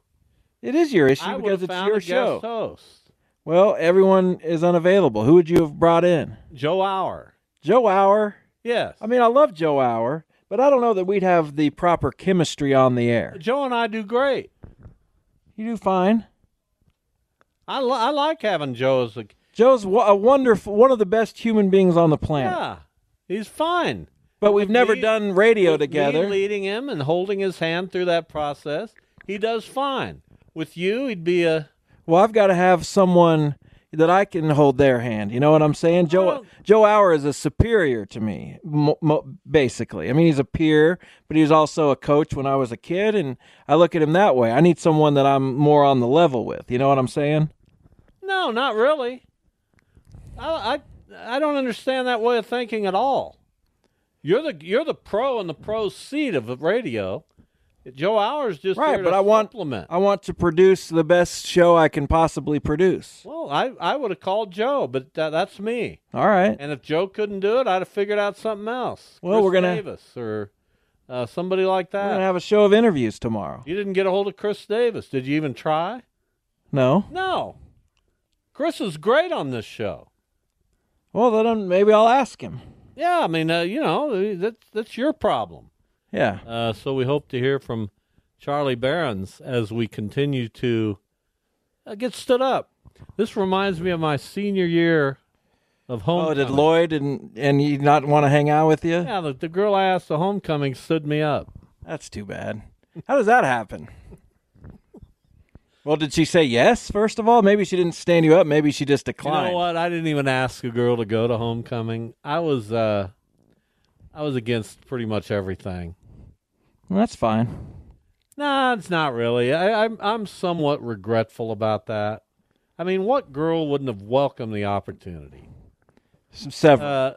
S5: It is your
S4: I
S5: issue
S4: would
S5: because
S4: have
S5: it's
S4: found
S5: your
S4: a guest
S5: show.
S4: host,
S5: Well, everyone is unavailable. Who would you have brought in?
S4: Joe Hour.
S5: Joe Hour.
S4: Yes,
S5: I mean, I love Joe Hour, but I don't know that we'd have the proper chemistry on the air.
S4: Joe and I do great.
S5: You do fine.
S4: I, li- I like having Joe as a
S5: Joe's wo- a wonderful, one of the best human beings on the planet.
S4: yeah. He's fine.
S5: But we've never
S4: Me-
S5: done radio
S4: with me
S5: together.
S4: leading him and holding his hand through that process. He does fine. With you, he'd be a
S5: Well, I've got to have someone that I can hold their hand. You know what I'm saying? Joe
S4: don't-
S5: Joe Hour is a superior to me, mo- mo- basically. I mean, he's a peer, but he's also a coach when I was a kid, and I look at him that way. I need someone that I'm more on the level with. You know what I'm saying?
S4: no, not really. I, I I don't understand that way of thinking at all. You're the you're the pro in the pro seat of radio. Joe Hour's just
S5: Right,
S4: there
S5: but
S4: to
S5: I want
S4: supplement.
S5: I want to produce the best show I can possibly produce.
S4: well, I I would have called Joe, but that, that's me.
S5: All right.
S4: And if Joe couldn't do it, I'd have figured out something else.
S5: Well,
S4: Chris
S5: we're gonna-
S4: Davis or uh, somebody like
S5: We're
S4: that.
S5: gonna have a show of interviews tomorrow.
S4: you didn't get a hold of Chris Davis. Did you even try?
S5: No.
S4: No. Chris is great on this show.
S5: Well, then um, maybe I'll ask him.
S4: Yeah, I mean, uh, you know, that's that's your problem.
S5: Yeah.
S4: Uh, so we hope to hear from Charlie Barons as we continue to uh, get stood up. This reminds me of my senior year of
S5: Oh,
S4: homecoming.
S5: did Lloyd and and you not want to hang out with you?
S4: Yeah, the, the girl I asked to homecoming stood me up.
S5: That's too bad. How does that happen? Well, did she say yes, first of all? Maybe she didn't stand you up. Maybe she just declined.
S4: You know what? I didn't even ask a girl to go to homecoming. I was uh, I was against pretty much everything.
S5: Well, that's fine.
S4: No, it's not really. I, I'm I'm somewhat regretful about that. I mean, what girl wouldn't have welcomed the opportunity
S5: S- Several.
S4: uh,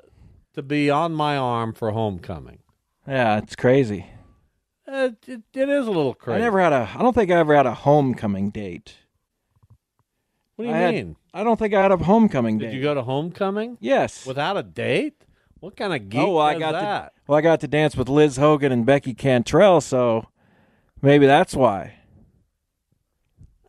S4: to be on my arm for homecoming?
S5: yeah, it's crazy.
S4: Uh, it, it is a little crazy.
S5: I never had a. I don't think I ever had a homecoming date.
S4: What do you
S5: I had-
S4: mean?
S5: I don't think I had a homecoming date.
S4: Did you go to homecoming
S5: Yes.
S4: without a date? What kind of geek
S5: oh, well, I
S4: does
S5: got
S4: that?
S5: to. Well, I got to dance with Liz Hogan and Becky Cantrell, so maybe that's why.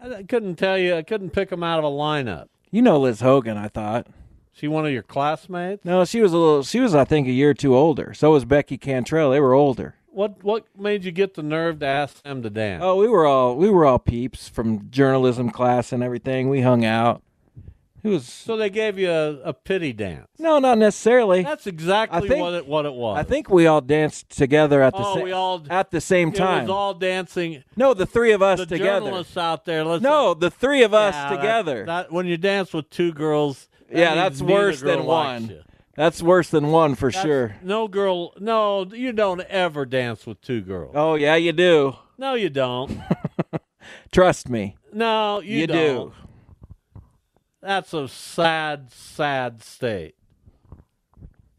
S4: I, I couldn't tell you. I couldn't pick them out of a lineup.
S5: You know Liz Hogan, I thought.
S4: She one of your classmates?
S5: No, she was a little. She was, I think, a year or two older. So was Becky Cantrell. They were older.
S4: What What made you get the nerve to ask them to dance?
S5: Oh, we were all we were all peeps from journalism class and everything. We hung out. It was
S4: So they gave you a, a pity dance.
S5: no, not necessarily.
S4: That's exactly
S5: think-
S4: what it what it was.
S5: I think we all danced together at the
S4: Oh,
S5: same
S4: we all-
S5: at the same
S4: It
S5: time.
S4: was all dancing.
S5: no, the three of us
S4: the
S5: together.
S4: journalists out there. Listen,
S5: No, the three of
S4: Yeah,
S5: us
S4: that-
S5: together.
S4: That, when you dance with two girls, that
S5: yeah,
S4: means
S5: that's
S4: neither
S5: worse
S4: girl
S5: than
S4: likes
S5: one.
S4: you.
S5: That's worse than one for
S4: That's-
S5: sure.
S4: No girl. No, you don't ever dance with two girls.
S5: Oh yeah, you do.
S4: No, you don't.
S5: Trust me,
S4: No, you,
S5: do.
S4: don't. That's a sad, sad state.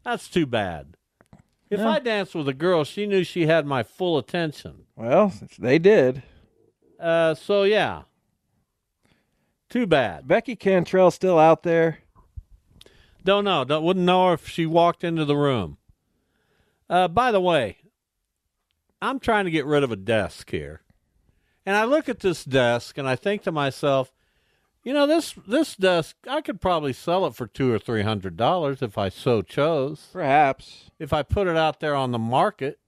S4: That's too bad. If I danced with a girl, she knew she had my full attention.
S5: Well, they did.
S4: Uh, so yeah. Too bad.
S5: Becky Cantrell still out there.
S4: Don't know. Don't, wouldn't know her if she walked into the room. Uh, by the way, I'm trying to get rid of a desk here, and I look at this desk and I think to myself, you know this this desk I could probably sell it for two or three hundred dollars if I so chose,
S5: Perhaps.
S4: if I put it out there on the market.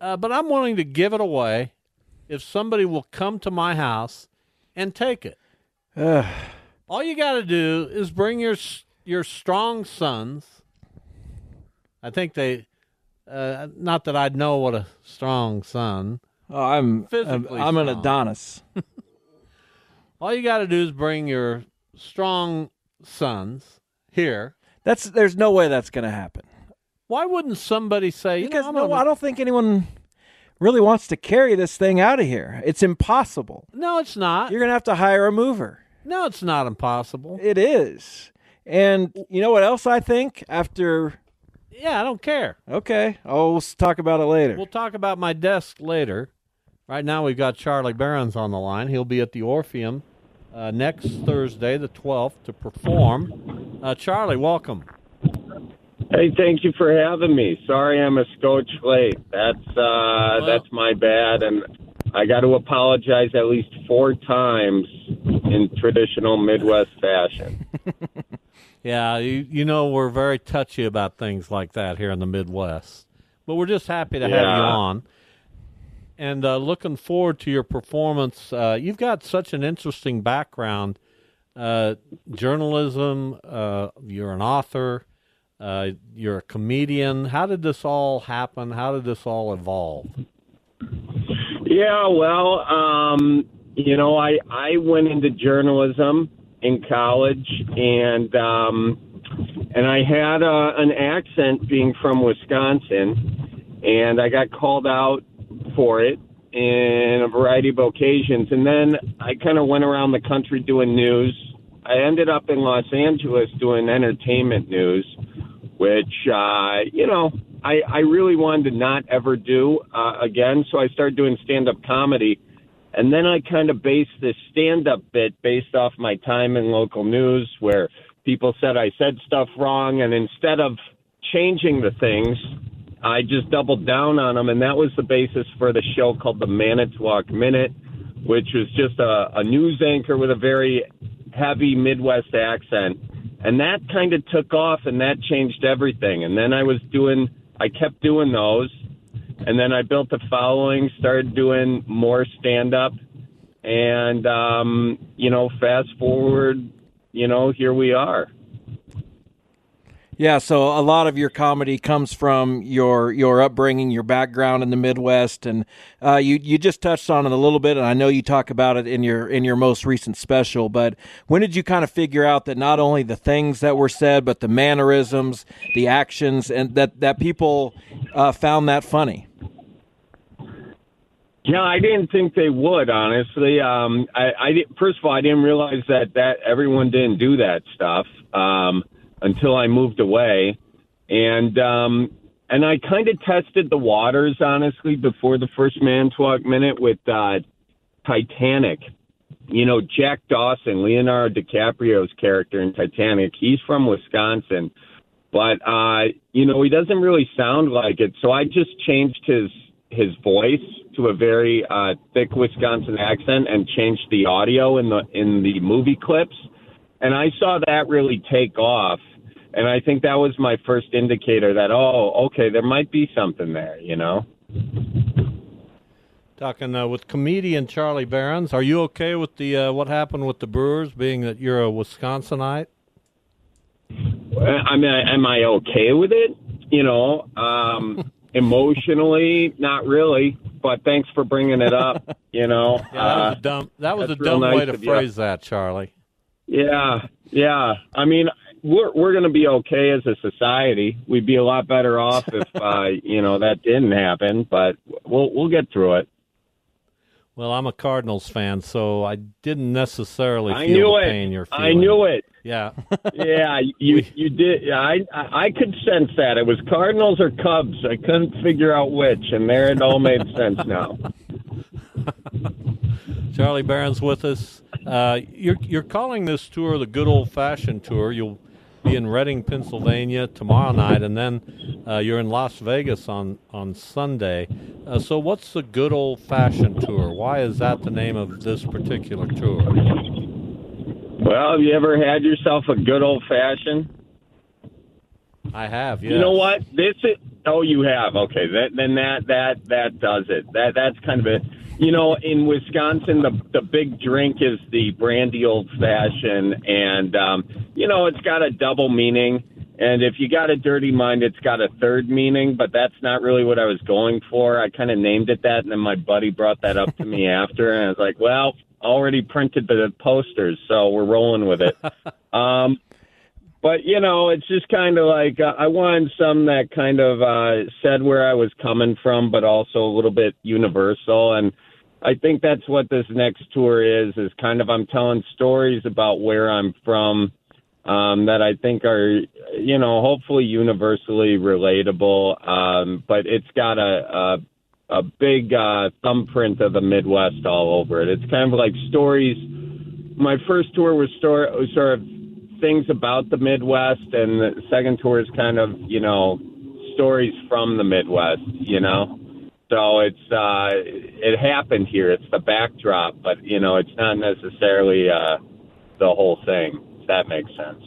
S4: Uh, but I'm willing to give it away if somebody will come to my house and take it.
S5: Ugh.
S4: All you got to do is bring your s- your strong sons. I think they, uh, not that I know what a strong son.
S5: Oh, I'm I'm,
S4: Physically
S5: I'm an
S4: strong.
S5: Adonis.
S4: All you got to do is bring your strong sons here.
S5: That's there's no way that's going to happen.
S4: Why wouldn't somebody say? You
S5: Because
S4: know, I'm
S5: no,
S4: gonna-
S5: I don't think anyone really wants to carry this thing out of here. It's impossible.
S4: No, it's not.
S5: You're going to have to hire a mover.
S4: No, it's not impossible.
S5: It is. And you know what else I think after
S4: Yeah, I don't care.
S5: okay, oh we'll s- talk about it later.
S4: We'll talk about my desk later. Right now, we've got Charlie Barons on the line. He'll be at the Orpheum uh, next Thursday, the 12th, to perform. Uh, Charlie, welcome.
S10: Hey, thank you for having me. Sorry I'm a scotch late. That's uh that's my bad and I got to apologize at least four times in traditional Midwest fashion.
S4: Yeah, you, you know we're very touchy about things like that here in the Midwest, but we're just happy to have you
S10: Yeah.
S4: on, and uh, looking forward to your performance. Uh, you've got such an interesting background, uh, journalism. Uh, you're an author. Uh, you're a comedian. How did this all happen? How did this all evolve?
S10: Yeah, well, um, you know, I I went into journalism in college, and um, and I had uh, an accent being from Wisconsin, and I got called out for it in a variety of occasions, and then I kind of went around the country doing news. I ended up in Los Angeles doing entertainment news, which uh, you know I, I really wanted to not ever do uh, again. So I started doing stand up comedy, and then I kind of based this stand up bit based off my time in local news, where people said I said stuff wrong, and instead of changing the things, I just doubled down on them, and that was the basis for the show called the Manitowoc Minute, which was just a, a news anchor with a very heavy Midwest accent. And that kind of took off and that changed everything. And then I was doing, I kept doing those. And then I built a following, started doing more stand up. And, um, you know, fast forward, you know, here we are.
S5: Yeah, so a lot of your comedy comes from your your upbringing, your background in the Midwest, and uh, you you just touched on it a little bit, and I know you talk about it in your in your most recent special. But when did you kind of figure out that not only the things that were said, but the mannerisms, the actions, and that that people uh, found that funny?
S10: Yeah, I didn't think they would, honestly. Um, I, I di- first of all, I didn't realize that that everyone didn't do that stuff um, until I moved away, and um, and I kind of tested the waters, honestly, before the first Manitowoc Minute with uh, Titanic. You know, Jack Dawson, Leonardo DiCaprio's character in Titanic, he's from Wisconsin, but uh, you know, he doesn't really sound like it. So I just changed his his voice to a very uh, thick Wisconsin accent and changed the audio in the in the movie clips, and I saw that really take off. And I think that was my first indicator that oh, okay, there might be something there, you know.
S4: Talking uh, with comedian Charlie Barons. Are you okay with the uh, what happened with the Brewers, being that you're a Wisconsinite?
S10: I mean, am I okay with it? You know, um, emotionally, not really. But thanks for bringing it up. You know,
S4: that
S10: Uh,
S4: was a dumb. That was a
S10: that's real
S4: dumb way
S10: nice
S4: to
S10: of you.
S4: phrase that, Charlie.
S10: Yeah, yeah. I mean, we're we're going to be okay as a society. We'd be a lot better off if uh, you know that didn't happen, but we'll we'll get through it.
S4: Well, I'm a Cardinals fan, so I didn't necessarily feel
S10: I knew
S4: the
S10: it.
S4: pain you're feeling.
S10: I knew it.
S4: Yeah.
S10: Yeah, you you did. I I I could sense that it was Cardinals or Cubs. I couldn't figure out which, and there it all made sense now.
S4: Charlie Barron's with us. Uh, you're you're calling this tour the good old fashioned tour. You'll be in Reading, Pennsylvania tomorrow night, and then uh, you're in Las Vegas on on Sunday. Uh, so, what's the good old fashioned tour? Why is that the name of this particular tour?
S10: Well, have you ever had yourself a good old fashioned?
S4: I have.
S10: You know
S4: yes.
S10: what? This is oh, you have okay. That, then that that that does it. That that's kind of it. you know, in Wisconsin, the the big drink is the brandy old fashioned, and um, you know, it's got a double meaning. And if you got a dirty mind, it's got a third meaning, but that's not really what I was going for. I kind of named it that, and then my buddy brought that up to me after, and I was like, "Well, already printed the posters, so we're rolling with it." um, but you know, it's just kind of like uh, I wanted some that kind of uh, said where I was coming from, but also a little bit universal. And I think that's what this next tour is: is kind of I'm telling stories about where I'm from um, that I think are, you know, hopefully universally relatable. Um, but it's got a, a, a big uh, thumbprint of the Midwest all over it. It's kind of like stories. My first tour was story, was sort of things about the Midwest, and the second tour is kind of, you know, stories from the Midwest, you know? So it's uh, it happened here. It's the backdrop, but you know it's not necessarily uh, the whole thing. If that makes sense.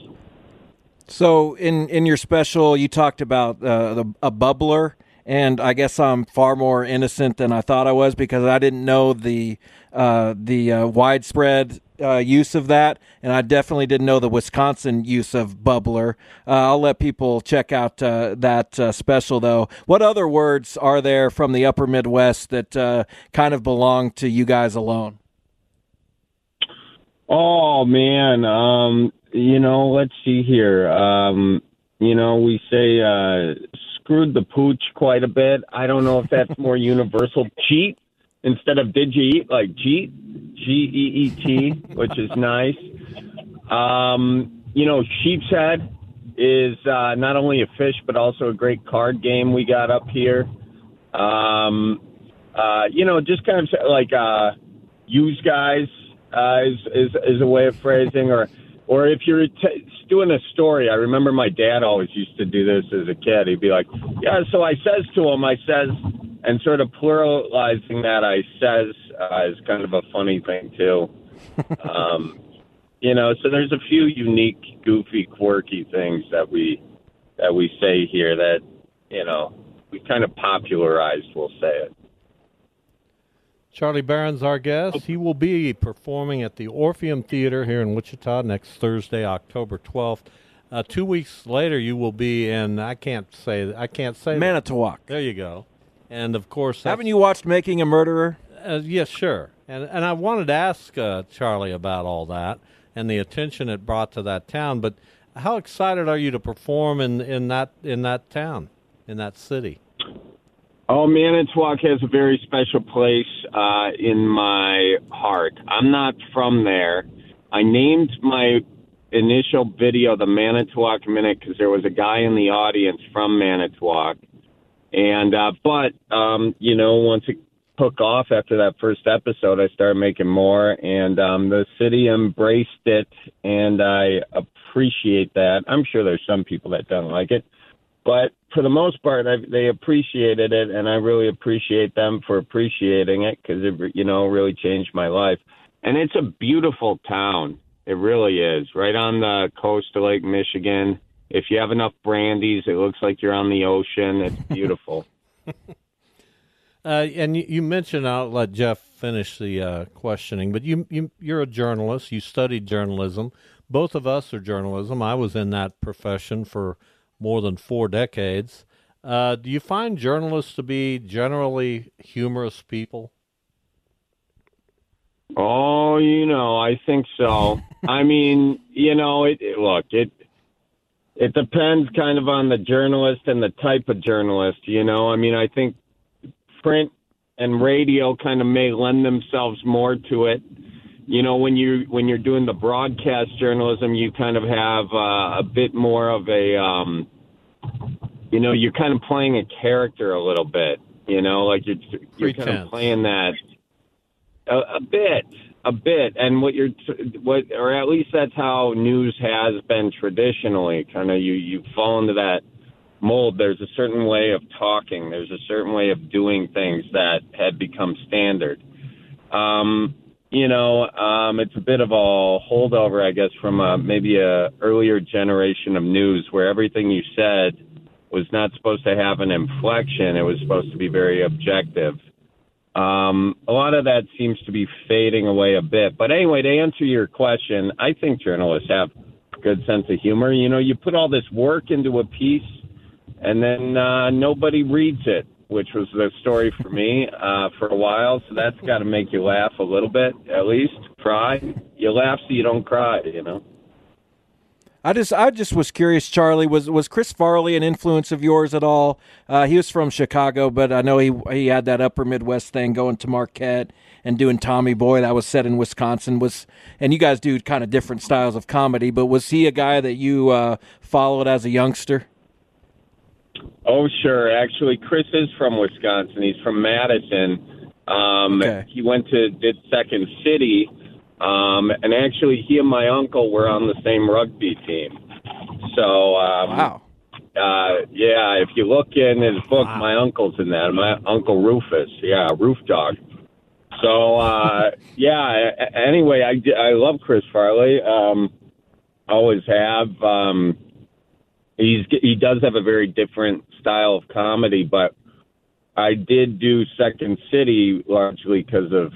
S5: So in in your special, you talked about uh, the, a bubbler, and I guess I'm far more innocent than I thought I was because I didn't know the uh, the uh, widespread. Uh, use of that, and I definitely didn't know the Wisconsin use of bubbler. Uh, I'll let people check out uh, that uh, special though. What other words are there from the Upper Midwest that uh, kind of belong to you guys alone?
S10: Oh man, um, you know, let's see here. Um, you know, we say uh, screwed the pooch quite a bit. I don't know if that's more universal. Cheat instead of did you eat like cheat, G E E T, which is nice. Um, you know, sheep's head is uh, not only a fish but also a great card game we got up here. Um, uh, you know, just kind of like uh, use guys uh, is, is is a way of phrasing, or or if you're t- doing a story. I remember my dad always used to do this as a kid. He'd be like, "Yeah," so I says to him, I says, and sort of pluralizing that I says uh, is kind of a funny thing too. um, you know, so there's a few unique, goofy, quirky things that we that we say here that you know we kind of popularized. We'll say it.
S4: Charlie Barron's our guest. He will be performing at the Orpheum Theater here in Wichita next Thursday, October 12th. Uh, two weeks later, you will be in. I can't say. I can't say. that.
S5: Manitowoc.
S4: There you go. And of course, that's-
S5: Haven't you watched Making a Murderer?
S4: Uh, yes, sure. And and I wanted to ask uh, Charlie about all that and the attention it brought to that town. But how excited are you to perform in in that in that town in that city?
S10: Oh, Manitowoc has a very special place uh, in my heart. I'm not from there. I named my initial video the Manitowoc Minute because there was a guy in the audience from Manitowoc. And uh, but um, you know, once it took off after that first episode, I started making more, and um, the city embraced it, and I appreciate that. I'm sure there's some people that don't like it, but for the most part, i they appreciated it, and I really appreciate them for appreciating it because it, you know, really changed my life. And it's a beautiful town. It really is. Right on the coast of Lake Michigan. If you have enough brandies, it looks like you're on the ocean. It's beautiful.
S4: Uh, and you, you mentioned I'll let Jeff finish the uh, questioning, but you, you you're a journalist. You studied journalism. Both of us are journalism. I was in that profession for more than four decades. Uh, do you find journalists to be generally humorous people?
S10: Oh, you know, I think so. I mean, you know, it, it look, it it depends kind of on the journalist and the type of journalist, you know. I mean, I think print and radio kind of may lend themselves more to it. You know, when you when you're doing the broadcast journalism, you kind of have uh, a bit more of a um you know, you're kind of playing a character a little bit, you know, like you're you're kind
S4: Pretense.
S10: of playing that a, a bit, a bit, and what you're what, or at least that's how news has been traditionally. Kind of you you fall into that mold. There's a certain way of talking. There's a certain way of doing things that had become standard. Um, you know, um, it's a bit of a holdover, I guess, from uh maybe a earlier generation of news where everything you said was not supposed to have an inflection. It was supposed to be very objective.
S6: Um, a lot of that seems to be fading away a bit. But anyway, to answer your question, I think journalists have good sense of humor. You know, you put all this work into a piece, and then uh, nobody reads it, which was the story for me uh, for a while. So that's got to make you laugh a little bit, at least cry. You laugh so you don't cry. You know.
S5: I just I just was curious, Charlie. Was was Chris Farley an influence of yours at all? Uh, he was from Chicago, but I know he he had that Upper Midwest thing going to Marquette and doing Tommy Boy that was set in Wisconsin. Was and you guys do kind of different styles of comedy, but was he a guy that you uh, followed as a youngster?
S6: Oh, sure. Actually, Chris is from Wisconsin. He's from Madison. Um,
S5: Okay.
S6: He went to did Second City, um, and actually, he and my uncle were on the same rugby team. So, um,
S5: wow.
S6: Uh, yeah, if you look in his book, my uncle's in that. My uncle Rufus, yeah, Roof Dog. So, uh, yeah. a- a- Anyway, I d- I love Chris Farley. Um, always have. Um, he's he does have a very different style of comedy, but I did do Second City largely because of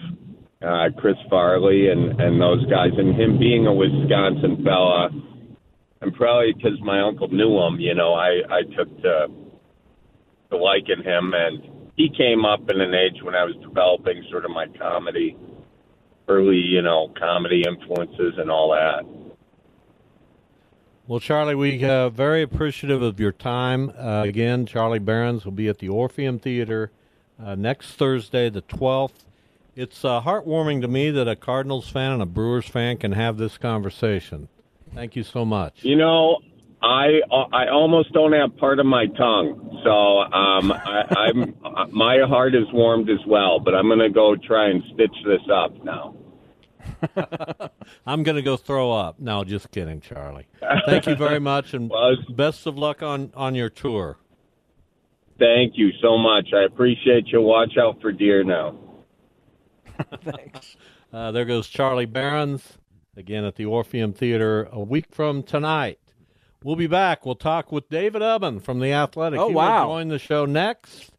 S6: uh, Chris Farley and and those guys, and him being a Wisconsin fella, and probably because my uncle knew him, you know, I I took to, to liking him, and he came up in an age when I was developing sort of my comedy, early you know comedy influences and all that.
S4: Well, Charlie, we uh, very appreciative of your time. Uh, again, Charlie Barons will be at the Orpheum Theater uh, next Thursday, the 12th. It's uh, heartwarming to me that a Cardinals fan and a Brewers fan can have this conversation. Thank you so much.
S6: You know, I I almost don't have part of my tongue, so um, I, I'm my heart is warmed as well. But I'm gonna go try and stitch this up now.
S4: I'm going to go throw up. No, just kidding, Charlie. Thank you very much, and best of luck on, on your tour.
S6: Thank you so much. I appreciate you. Watch out for deer now.
S4: Thanks. Uh, there goes Charlie Barons again at the Orpheum Theater a week from tonight. We'll be back. We'll talk with David Ubbin from The Athletic.
S5: Oh,
S4: he
S5: wow.
S4: Will join the show next.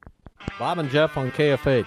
S4: Bob and Jeff on KFH.